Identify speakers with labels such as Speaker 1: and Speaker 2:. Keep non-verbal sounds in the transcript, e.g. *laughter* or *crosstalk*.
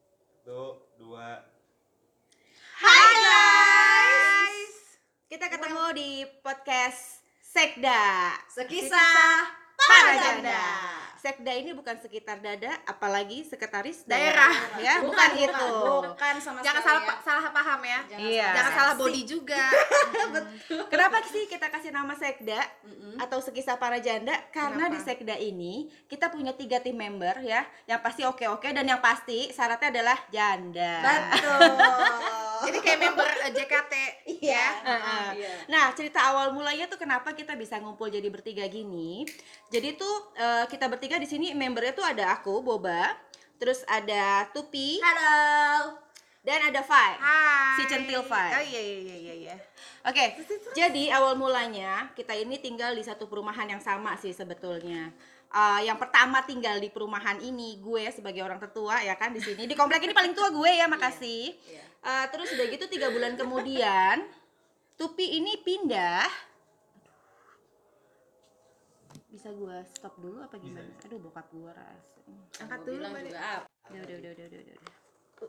Speaker 1: Satu, dua.
Speaker 2: Hai guys. Kita ketemu di podcast Sekda.
Speaker 3: Sekisah para janda.
Speaker 2: Sekda ini bukan sekitar dada, apalagi sekretaris
Speaker 3: Daerah.
Speaker 2: ya, bukan, itu.
Speaker 3: Bukan sama
Speaker 4: Jangan salah
Speaker 3: sekali ya.
Speaker 4: pa- salah paham ya.
Speaker 3: Jangan
Speaker 2: Iya.
Speaker 3: salah-
Speaker 4: Jangan salah body
Speaker 2: *laughs*
Speaker 4: juga.
Speaker 2: Kenapa sih kita kasih nama Sekda
Speaker 3: Mm-mm.
Speaker 2: atau Sekisah Para Janda? Karena
Speaker 4: Kenapa?
Speaker 2: di Sekda ini kita punya tiga tim member ya, yang pasti oke-oke dan yang pasti syaratnya adalah
Speaker 4: *laughs*
Speaker 2: janda.
Speaker 3: Betul.
Speaker 4: Jadi kayak member eh, JKT
Speaker 3: Iya.
Speaker 4: ya.
Speaker 2: Heeh.
Speaker 3: Iya.
Speaker 2: Nah, cerita awal mulanya tuh kenapa kita bisa ngumpul jadi bertiga gini. Jadi tuh eh, kita bertiga di sini membernya tuh ada aku, Boba, terus ada Tupi,
Speaker 3: Halo.
Speaker 2: dan ada Fai.
Speaker 4: Hai.
Speaker 2: Si centil Fai.
Speaker 4: Oh iya iya iya iya, iya.
Speaker 2: Oke, jadi awal mulanya kita ini tinggal di satu perumahan yang sama sih sebetulnya. Eh, yang pertama tinggal di perumahan ini gue sebagai orang tertua ya kan di sini di komplek ini paling tua gue ya makasih.
Speaker 3: Iya.
Speaker 2: Eh, terus udah gitu tiga bulan kemudian Tupi ini pindah. Bisa gue stop dulu apa gimana? Aduh bokap gue ras.
Speaker 4: Angkat
Speaker 3: Gua
Speaker 4: dulu
Speaker 3: bilang
Speaker 4: Mbak.
Speaker 3: juga apa?
Speaker 2: Udah udah udah udah udah. udah.